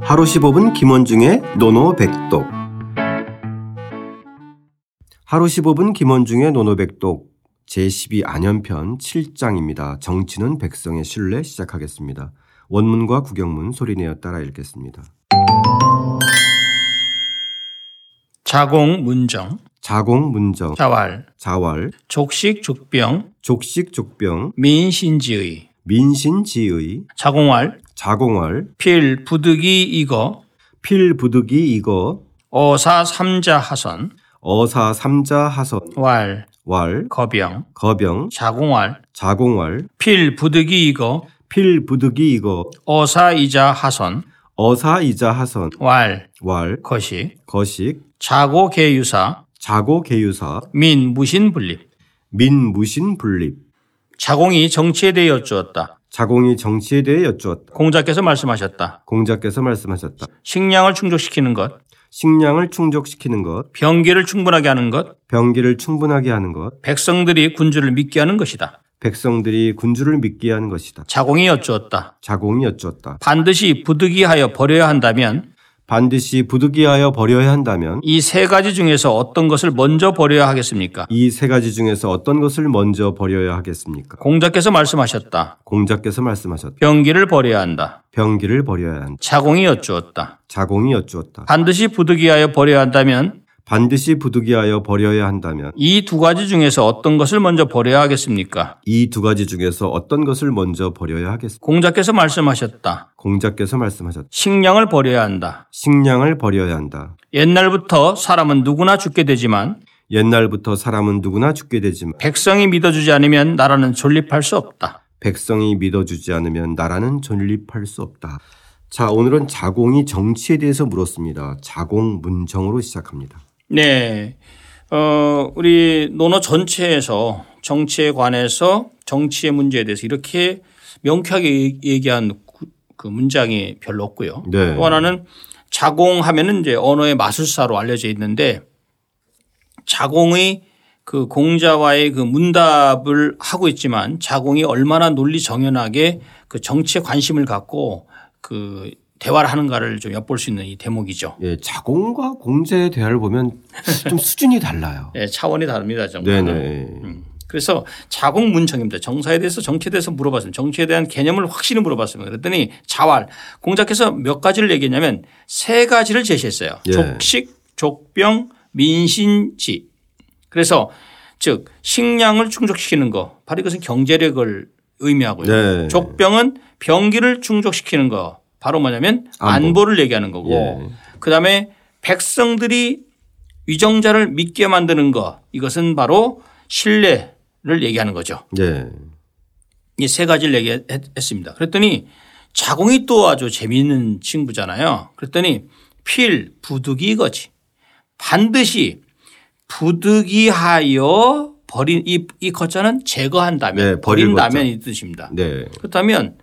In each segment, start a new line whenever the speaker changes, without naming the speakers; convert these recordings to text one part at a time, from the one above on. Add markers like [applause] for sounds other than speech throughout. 하루 15분 김원중의 노노백독 하루 15분 김원중의 노노백독 제12 안연편 7장입니다. 정치는 백성의 신뢰 시작하겠습니다. 원문과 구경문 소리내어 따라 읽겠습니다.
자공 문정,
자공 문정
자활,
자활
족식 죽병,
족식 족병
민신지의,
민신지의
자공활,
자공활
필 부득이 이거,
필부득이 이거
어사 삼자 하선,
어사 삼자 하선
왈
왈
거병,
거병
자공활,
자공활
필 부득이 이거,
필부득이 이거
어사 이자 하선,
어사이자 하선
왈
왈
거시,
거식
자고 계유사,
자고 계유사
민 무신 분립.
민무신 분립
자공이 정치에 대해 여쭈었다.
자공이 정치에 대해 여쭈었다.
공자께서 말씀하셨다.
공자께서 말씀하셨다.
식량을 충족시키는 것,
식량을 충족시키는 것,
병기를 충분하게 하는 것,
병기를 충분하게 하는 것,
백성들이 군주를 믿게 하는 것이다.
백성들이 군주를 믿게 하는 것이다.
자공이 여쭈었다.
자공이 여쭈었다.
반드시 부득이하여 버려야 한다면
반드시 부득이하여 버려야 한다면
이 세 가지 중에서 어떤 것을 먼저 버려야 하겠습니까?
이 세 가지 중에서 어떤 것을 먼저 버려야 하겠습니까?
공자께서 말씀하셨다.
공자께서 말씀하셨다.
병기를 버려야 한다.
병기를 버려야 한다.
자공이 여쭈었다.
자공이 여쭈었다.
반드시 부득이하여 버려야 한다면
반드시 부득이하여 버려야 한다면
이 두 가지 중에서 어떤 것을 먼저 버려야 하겠습니까?
이 두 가지 중에서 어떤 것을 먼저 버려야 하겠습니까?
공자께서 말씀하셨다.
공자께서 말씀하셨다.
식량을 버려야 한다.
식량을 버려야 한다.
옛날부터 사람은 누구나 죽게 되지만
옛날부터 사람은 누구나 죽게 되지만
백성이 믿어주지 않으면 나라는 존립할 수 없다.
백성이 믿어주지 않으면 나라는 존립할 수 없다. 자, 오늘은 자공이 정치에 대해서 물었습니다. 자공 문정으로 시작합니다.
네. 어, 우리 논어 전체에서 정치에 관해서 정치의 문제에 대해서 이렇게 명쾌하게 얘- 얘기한 구- 그 문장이 별로 없고요.
네.
또 하나는 자공하면은 이제 언어의 마술사로 알려져 있는데 자공의 그 공자와의 그 문답을 하고 있지만 자공이 얼마나 논리 정연하게 그 정치에 관심을 갖고 그 대화를 하는가를 좀 엿볼 수 있는 이 대목이죠.
예, 자공과 공제에 대화를 보면 좀 수준이 달라요.
네, 음, 차원이 다릅니다. 정말.
네네.
그래서 자국 문청입니다. 정사에 대해서 정치에 대해서 물어봤습니다. 정치에 대한 개념을 확실히 물어봤습니다. 그랬더니 자활 공자께서 몇 가지를 얘기했냐면 세 가지를 제시했어요.
예.
족식, 족병, 민신지. 그래서 즉 식량을 충족시키는 거 바로 이것은 경제력을 의미하고요.
네.
족병은 병기를 충족시키는 거 바로 뭐냐면 안보. 를 얘기하는 거고
예.
그다음에 백성들이 위정자를 믿게 만드는 것 이것은 바로 신뢰를 얘기하는 거죠.
예.
이 세 가지를 얘기했습니다. 그랬더니 자공이 또 아주 재미있는 친구잖아요. 그랬더니 필 부득이 이거지. 반드시 부득이하여 버린 이, 이 거자는 제거한다면
네, 버릴
버린다면 이 뜻입니다.
네.
그렇다면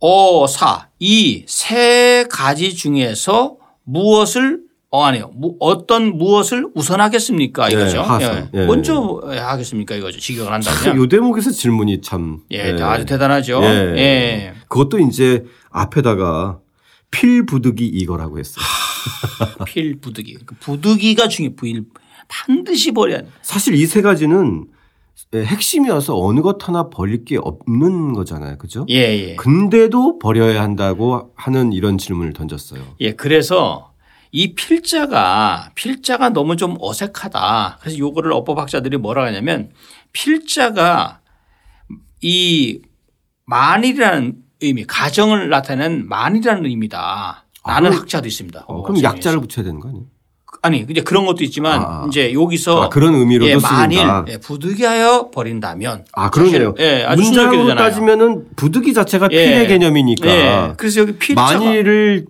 어, 사, 이 세 가지 중에서 무엇을 어하네요. 무- 어떤 무엇을 우선하겠습니까 이거죠.
예, 하선. 예.
먼저 하겠습니까 이거죠. 직역을 한다면.
요 대목에서 질문이 참. 네.
예, 아주 대단하죠.
예.
예.
그것도 이제 앞에다가 필부득이 이거라고 했어요.
필 부득이. 그 부득이가 중요. 부일 반드시 버려야 돼.
사실 이 세 가지는 예, 핵심이어서 어느 것 하나 버릴 게 없는 거잖아요. 그죠?
예, 예.
근데도 버려야 한다고 하는 이런 질문을 던졌어요.
예, 그래서 이 필자가 필자가 너무 좀 어색하다. 그래서 요거를 어법학자들이 뭐라 하냐면 필자가 이 만이라는 의미, 가정을 나타내는 만이라는 의미다. 라는
아,
학자도 있습니다.
어, 그럼 약자를 붙여야 되는 거 아니에요?
아니, 이제 그런 것도 있지만
아, 아.
이제 여기서
아, 그런 의미로도
예, 만일
쓰인다.
예, 부득이하여 버린다면
아, 그러네요.
사실, 예, 아주 순조롭게
문장으로
되잖아요.
따지면은 부득이 자체가
예.
필의 개념이니까
예, 그래서 여기 필자가
만일을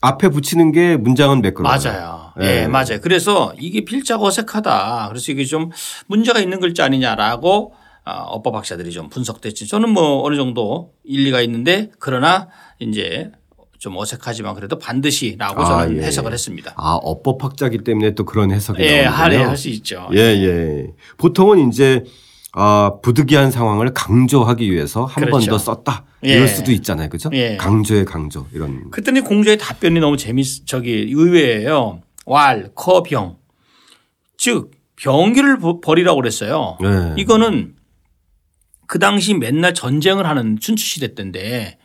앞에 붙이는 게 문장은 매끄러워요.
맞아요.
예.
예, 맞아요. 그래서 이게 필자가 어색하다. 그래서 이게 좀 문제가 있는 글자 아니냐라고 아, 어법학자들이 좀 분석됐지. 저는 뭐 어느 정도 일리가 있는데 그러나 이제 좀 어색하지만 그래도 반드시라고
아,
저는
예.
해석을 했습니다.
아, 어법학자기 때문에 또 그런 해석이
예,
나오는군요.
할애할 수 있죠.
예, 예. 보통은 이제 아, 부득이한 상황을 강조하기 위해서 한 번 더
그렇죠.
썼다.
예.
이럴 수도 있잖아요. 그죠?
예.
강조의 강조. 이런.
그랬더니 공자의 답변이 너무 재밌, 저기 의외예요. 왈, 커, 병. 즉, 병기를 버- 버리라고 그랬어요.
예.
이거는 그 당시 맨날 전쟁을 하는 춘추시대 때인데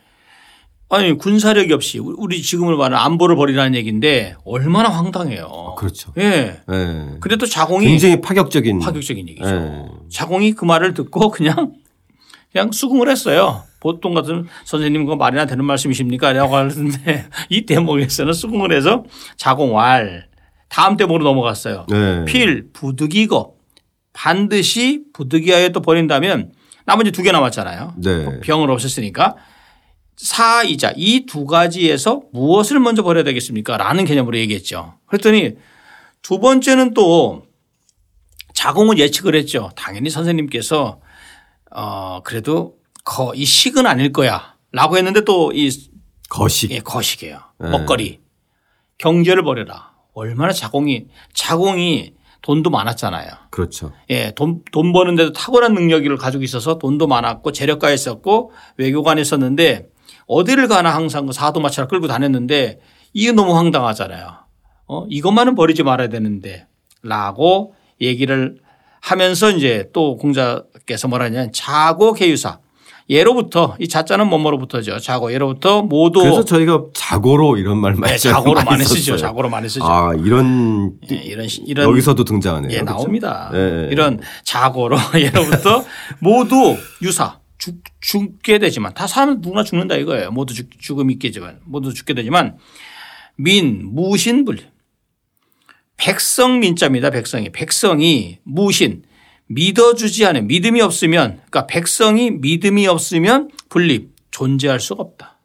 아니 군사력이 없이 우리- 우리 지금을 말하는 안보를 버리라는 얘기인데 얼마나 황당해요.
그렇죠.
예.
예.
근데 또 자공이
굉장히 파격적인.
파격적인 얘기죠.
예.
자공이 그 말을 듣고 그냥 그냥 수긍을 했어요. 보통 같은 선생님 그거 말이나 되는 말씀이십니까? 라고 하는데 [laughs] 이 대목에서는 수긍을 해서 자공왈 다음 대목으로 넘어갔어요.
예.
필 부득이거 반드시 부득이하여 또 버린다면 나머지 두 개 남았잖아요. 뭐
네.
병을 없앴으니까 사이자 이 두 가지에서 무엇을 먼저 버려야 되겠습니까? 라는 개념으로 얘기했죠. 그랬더니 두 번째는 또 자공을 예측을 했죠. 당연히 선생님께서 어 그래도 거 이 식은 아닐 거야라고 했는데 또이
거식.
예, 거식이에요.
네.
먹거리. 경제를 버려라. 얼마나 자공이 자공이 돈도 많았잖아요.
그렇죠.
예, 돈, 돈 버는데도 탁월한 능력을 가지고 있어서 돈도 많았고 재력가에 있었고 외교관에 있었는데 어디를 가나 항상 그 사도마차를 끌고 다녔는데 이게 너무 황당하잖아요. 어, 이것만은 버리지 말아야 되는데 라고 얘기를 하면서 이제 또 공자께서 뭐라냐면 자고 개유사 예로부터 이 자자는 뭐뭐로부터죠. 자고 예로부터 모두
그래서 저희가 자고로 이런 말 많이
네, 자고로 많이 쓰죠.
썼어요.
자고로 많이 쓰죠.
아, 이런
예, 이런 시- 이런
여기서도 등장하네요.
예,
그렇죠?
나옵니다.
예, 예.
이런 자고로 [laughs] 예로부터 모두 유사 죽, 죽게 되지만 다 사람 누구나 죽는다 이거예요. 모두 죽, 죽음이 있겠지만 모두 죽게 되지만 민 무신불 백성 민자입니다. 백성이 백성이 무신 믿어주지 않은 믿음이 없으면 그러니까 백성이 믿음이 없으면 분립 존재할 수가 없다.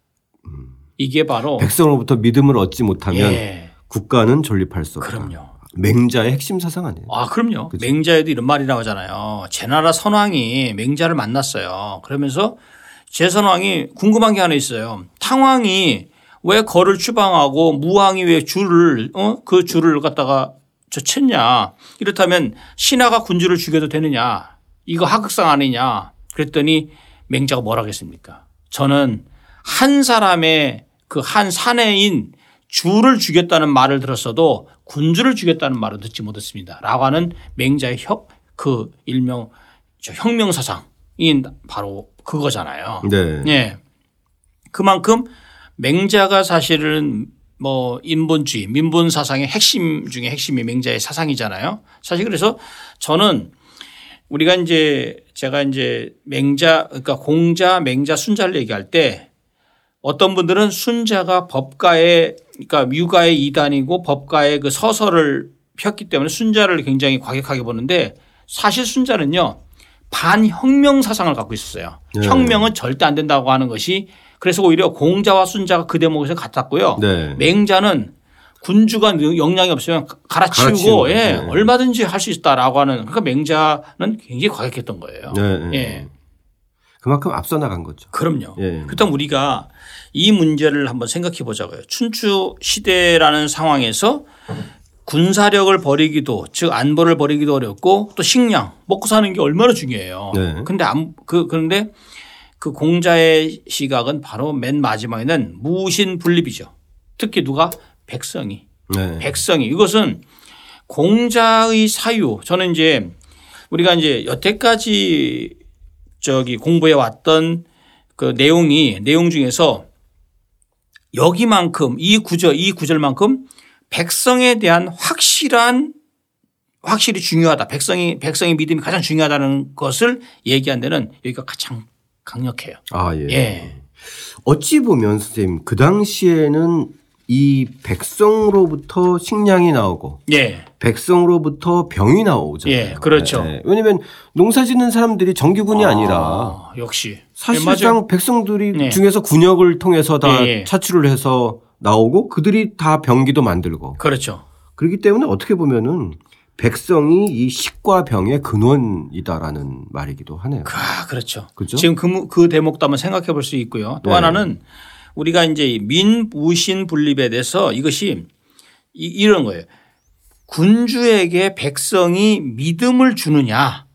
이게 바로
음. 백성으로부터 믿음을 얻지 못하면
예,
국가는 존립할 수 없다.
그럼요.
맹자의 핵심 사상 아니에요.
아, 그럼요. 맹자에도 이런 말이 나오잖아요. 제나라 선왕이 맹자를 만났어요. 그러면서 제선왕이 궁금한 게 하나 있어요. 탕왕이 왜 거를 추방하고 무왕이 왜 줄을 어? 그 줄을 갖다가 저 쳤냐? 이렇다면 신하가 군주를 죽여도 되느냐? 이거 하극상 아니냐? 그랬더니 맹자가 뭐라 그랬습니까? 저는 한 사람의 그 한 사내인 주를 죽였다는 말을 들었어도 군주를 죽였다는 말을 듣지 못했습니다. 라고 하는 맹자의 혁, 그 일명 저 혁명 사상이 바로 그거잖아요.
네.
예. 그만큼 맹자가 사실은 뭐 인본주의, 민본 사상의 핵심 중에 핵심이 맹자의 사상이잖아요. 사실 그래서 저는 우리가 이제 제가 이제 맹자 그러니까 공자, 맹자, 순자를 얘기할 때 어떤 분들은 순자가 법가의 그러니까 유가의 이단이고 법가의 그 서서를 폈기 때문에 순자를 굉장히 과격하게 보는데 사실 순자는요 반혁명 사상을 갖고 있었어요.
네.
혁명은 절대 안 된다고 하는 것이 그래서 오히려 공자와 순자가 그 대목에서 같았고요.
네.
맹자는 군주가 역량이 없으면 갈아치우고,
갈아치우는,
예,
네.
얼마든지 할 수 있다라고 하는 그러니까 맹자는 굉장히 과격했던 거예요.
네, 네.
예.
그만큼 앞서 나간 거죠.
그럼요.
예.
그렇다면 우리가 이 문제를 한번 생각해 보자고요. 춘추 시대라는 상황에서 군사력을 버리기도 즉 안보를 버리기도 어렵고 또 식량 먹고 사는 게 얼마나 중요해요.
네.
근데 안, 그 그런데 그 공자의 시각은 바로 맨 마지막에는 무신 분립이죠. 특히 누가 백성이
네.
백성이 이것은 공자의 사유 저는 이제 우리가 이제 여태까지 저기 공부해 왔던 그 내용이 내용 중에서 여기만큼 이 구절 이 구절만큼 백성에 대한 확실한 확실히 중요하다. 백성이 백성의 믿음이 가장 중요하다는 것을 얘기한 데는 여기가 가장 강력해요.
아, 예.
예.
어찌 보면 선생님 그 당시에는 이 백성으로부터 식량이 나오고
예.
백성으로부터 병이 나오잖아요. 네,
예, 그렇죠.
왜냐하면 농사짓는 사람들이 정규군이 아, 니라
아, 역시
사실상 백성들이
네.
중에서 군역을 통해서 다
예, 예.
차출을 해서 나오고 그들이 다 병기도 만들고
그렇죠.
그렇기 때문에 어떻게 보면은 백성이 이 식과 병의 근원이다라는 말이기도 하네요.
아, 그렇죠.
그죠?
지금 그, 무- 그 대목도 한번 생각해 볼 수 있고요. 또
네.
하나는 우리가 이제 이 민무신 분립에 대해서 이것이 이, 이런 거예요. 군주에게 백성이 믿음을 주느냐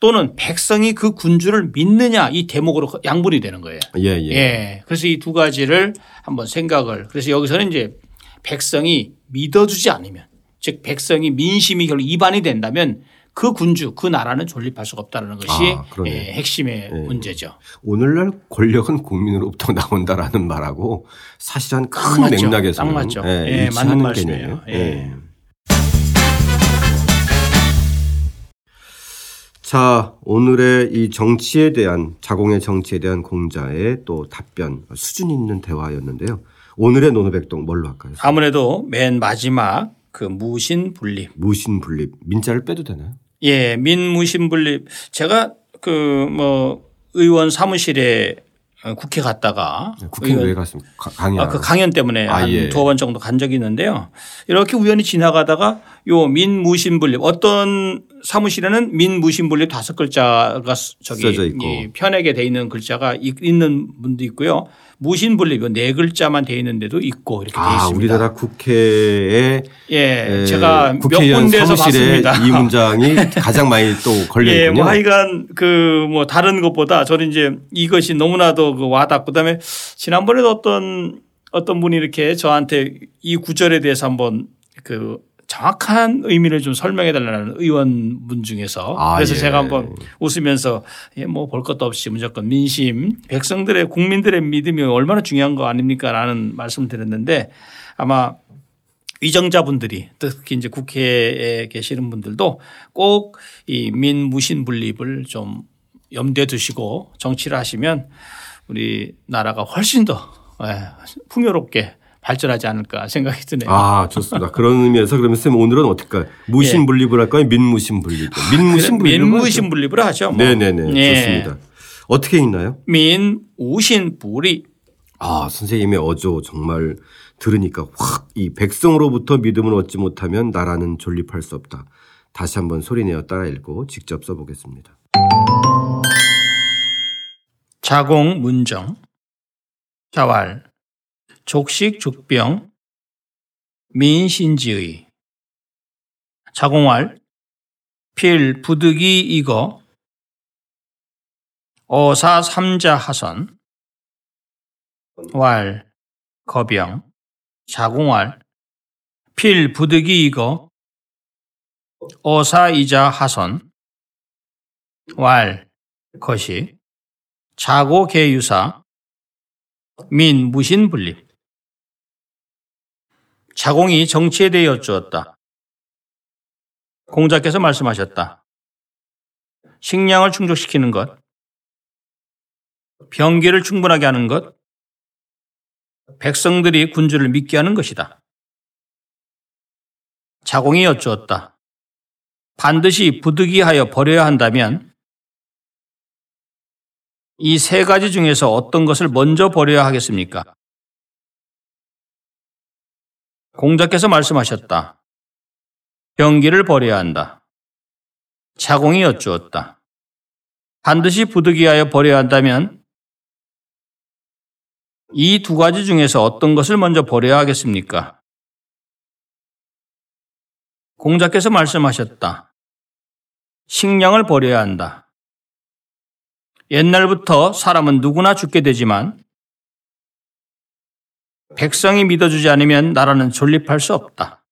또는 백성이 그 군주를 믿느냐 이 대목으로 양분이 되는 거예요.
예, 예.
예. 그래서 이 두 가지를 한번 생각을 그래서 여기서는 이제 백성이 믿어주지 않으면 즉 백성이 민심이 결국 이반이 된다면 그 군주 그 나라는 존립할 수가 없다는 것이
아, 그러네.
예, 핵심의 문제죠.
오늘날 권력은 국민으로부터 [laughs] 나온다라는 말하고 사실은
딱
큰
맞죠.
맥락에서는
딱 맞죠.
예,
예,
일치하는
맞는 말씀이에요.
개념이에요.
예.
예. 자 오늘의 이 정치에 대한 자공의 정치에 대한 공자의 또 답변 수준 있는 대화였는데요. 오늘의 노노백동 뭘로 할까요?
아무래도 맨 마지막 그 무신 분립
무신분립 민자를 빼도 되나요?
예, 민무신 분립. 제가 그 뭐 의원 사무실에 어, 국회 갔다가
예, 국회의원에 갔으면 강의
아, 그 강연 때문에
예. 아,
한
예.
두어 번 정도 간 적이 있는데요. 이렇게 우연히 지나가다가 요 민무신분립 어떤 사무실에는 민무신분립 다섯 글자가 쓰- 저기
써져 있고.
이 편하게 돼 있는 글자가 이- 있는 분도 있고요. 무신분립 요네 글자만 돼 있는데도 있고 이렇게 돼
아
있습니다.
우리나라 국회에
예,
에,
제가 몇
국회의원
군데에서
사무실에
봤습니다.
이 문장이
[laughs]
가장 많이 또 걸려
예,
있군요.
뭐 하여간 그 뭐 다른 것보다 저는 이제 이것이 너무나도 그 와닿고 그다음에 지난번에도 어떤 어떤 분이 이렇게 저한테 이 구절에 대해서 한번 그 정확한 의미를 좀 설명해 달라는 의원분 중에서
아,
그래서
예.
제가 한번 웃으면서 예, 뭐 볼 것도 없이 무조건 민심 백성들의 국민들의 믿음이 얼마나 중요한 거 아닙니까라는 말씀을 드렸는데 아마 위정자분들이 특히 이제 국회에 계시는 분들도 꼭 이 민무신 분립을 좀 염두에 두시고 정치를 하시면 우리 나라가 훨씬 더 예, 풍요롭게 발전하지 않을까 생각이 드네요.
아 좋습니다. 그런 의미에서 그러면 쌤 오늘은 어떨까요? 무신분립을 할까요? 민무신분립. 민무신분립.
예. 아, 민무신 분립을 하죠. 뭐.
네네네
예.
좋습니다. 어떻게 읽나요?
민우신 부리
아 선생님의 어조 정말 들으니까 확 이 백성으로부터 믿음을 얻지 못하면 나라는 존립할 수 없다. 다시 한번 소리내어 따라 읽고 직접 써보겠습니다.
자공 문정 자활 족식 죽병 민신지의 자공활 필 부득이 이거 어사 삼자 하선 왈 거병 자공활 필 부득이 이거 어사 이자 하선 왈 거시 자고 계유사 민 무신 분립 자공이 정치에 대해 여쭈었다. 공자께서 말씀하셨다. 식량을 충족시키는 것, 병기를 충분하게 하는 것, 백성들이 군주를 믿게 하는 것이다. 자공이 여쭈었다. 반드시 부득이하여 버려야 한다면 이 세 가지 중에서 어떤 것을 먼저 버려야 하겠습니까? 공자께서 말씀하셨다. 병기를 버려야 한다. 자공이 여쭈었다. 반드시 부득이하여 버려야 한다면 이 두 가지 중에서 어떤 것을 먼저 버려야 하겠습니까? 공자께서 말씀하셨다. 식량을 버려야 한다. 옛날부터 사람은 누구나 죽게 되지만 백성이 믿어주지 않으면 나라는 존립할 수 없다.